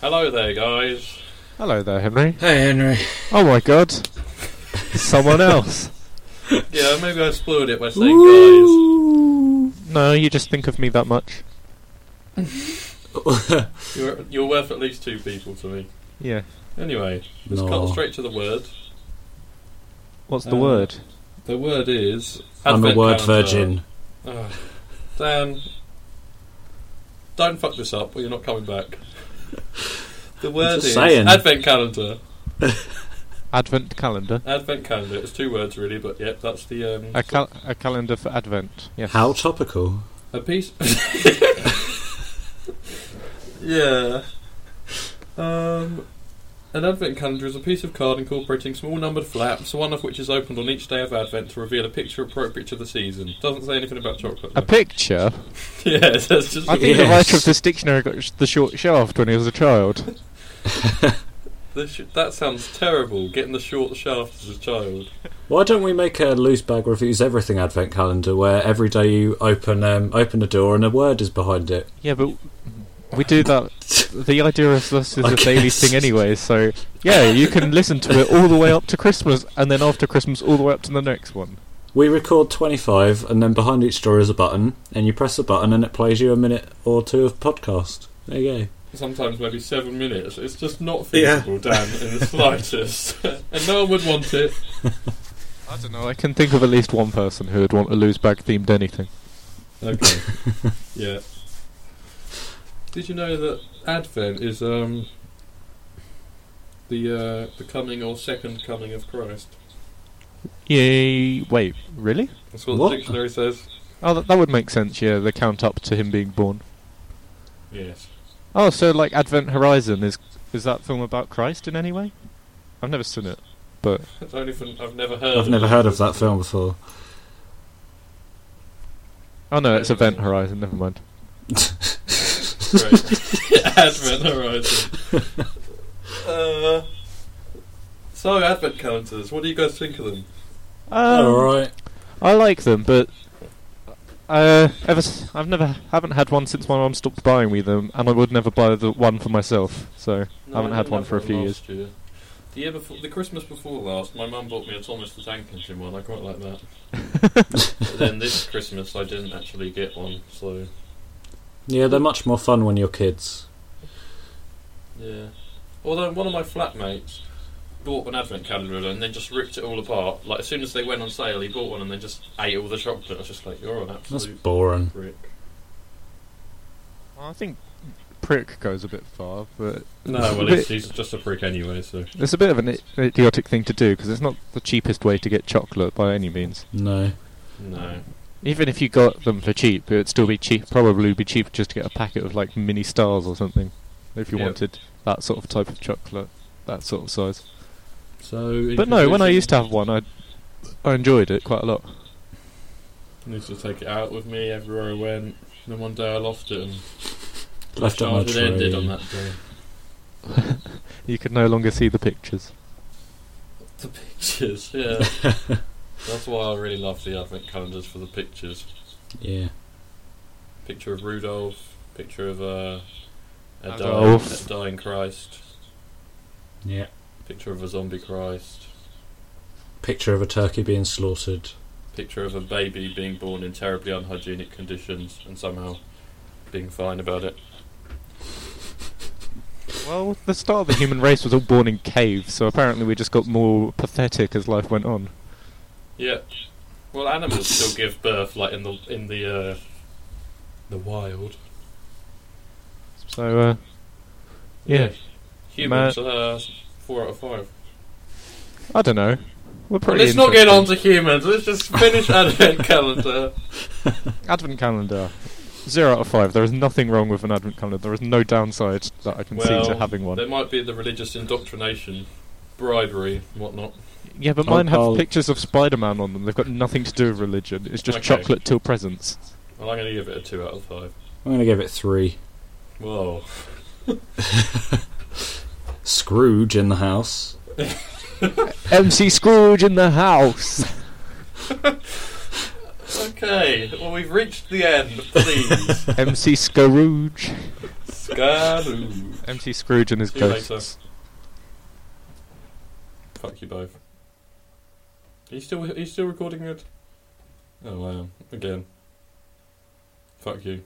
Hello there, guys. Hello there, Henry. Hey, Henry. Oh my god. Someone else. Yeah, maybe I spoiled it by saying guys. No, you just think of me that much. You're, you're worth at least two people to me. Yeah. Anyway, let's No. cut straight to the word. What's the Uh, word? The word is. I'm a Advent word calendar. virgin. Ugh. Dan, don't fuck this up, or you're not coming back. The word just is saying. advent calendar. Advent calendar. Advent calendar. It's two words really, but yep, that's the um, A, cal- a calendar for Advent. Yes. How topical. a piece. yeah. Um, an advent calendar is a piece of card incorporating small numbered flaps, one of which is opened on each day of Advent to reveal a picture appropriate to the season. Doesn't say anything about chocolate. A though. picture? yeah, it says just. I think the Yes. writer of this dictionary got sh- the short shaft when he was a child. The sh- that sounds terrible. Getting the short shaft as a child. Why don't we make a loose bag reviews everything advent calendar where every day you open um, open a door and a word is behind it? Yeah, but we do that. The idea of this is I a daily guess. thing anyway, so yeah, you can listen to it all the way up to Christmas, and then after Christmas, all the way up to the next one. We record 25 and then behind each door is a button and you press the button and it plays you a minute or two of podcast. There you go. Sometimes maybe seven minutes. It's just not Yeah. feasible, Dan, in the slightest. and no one would want it. I don't know. I can think of at least one person who would want a lose bag themed anything. Okay. yeah. Did you know that Advent is um the uh, the coming or second coming of Christ? Yay! Wait, really? That's what, What? the dictionary says. Oh, that, that would make sense. Yeah, the count up to him being born. Yes. Oh, so like Advent Horizon is is that film about Christ in any way? I've never seen it, but It's only from, I've never heard. I've of never it. heard of that film before. oh no, it's Event Horizon. Never mind. Great. Advent Horizon. uh, so Advent calendars. What do you guys think of them? Um, Oh, Oh, Alright. I like them, but uh, ever s- I've never haven't had one since my mum stopped buying me them, and I would never buy the one for myself. So I haven't had didn't one have for a few years. last Year. The year before, the Christmas before last, my mum bought me a Thomas the Tank Engine one. I quite like that. but then this Christmas, I didn't actually get one. So Yeah, they're much more fun when you're kids. yeah. Although one of my flatmates bought an advent calendar and then just ripped it all apart. Like as soon as they went on sale, he bought one and then just ate all the chocolate. I was just like, you're an That's absolute boring. brick. I think prick goes a bit far, but No, it's a well, bit- he's, he's just a prick anyway. So It's a bit of an i- idiotic thing to do because it's not the cheapest way to get chocolate by any means. No. no. Even if you got them for cheap, it'd still be cheap. Probably be cheap just to get a packet of like mini stars or something, if you Yep. wanted that sort of type of chocolate, that sort of size. So, in But no, when I conclusion, used to have one, I I enjoyed it quite a lot. I used to take it out with me everywhere I went. Then one day I lost it and Left up my childhood ended on tree. that day. You could no longer see the pictures. The pictures, yeah. That's why I really love the advent calendars for the pictures. Yeah. Picture of Rudolph, picture of uh, a, dying, Adolf. a dying Christ, Yeah. picture of a zombie Christ, Picture of a turkey being slaughtered. picture of a baby being born in terribly unhygienic conditions and somehow being fine about it. Well, the start of the human race was all born in caves, so apparently we just got more pathetic as life went on. Yeah. Well, animals still give birth, like in the in the uh, the wild. So, uh, yeah, Humans, uh, four out of five. I don't know. We're pretty. let's not get interesting. on to humans. Let's just finish advent calendar. Advent calendar. Zero out of five. There is nothing wrong with an advent calendar. There is no downside that I can see to having one. There might be the religious indoctrination, bribery, and whatnot. Yeah, but Oh, mine have I'll- pictures of Spider-Man on them. They've got nothing to do with religion. It's just Okay. chocolate till presents. Well, I'm going to give it a two out of five. I'm going to give it three. Whoa. Scrooge in the house. MC Scrooge in the house. Okay. Well, we've reached the end. Please, MC Scrooge. Scaroo. empty Scrooge and his See you later. ghosts. Fuck you both. Are you still are you still recording it? Oh wow. Again. Fuck you.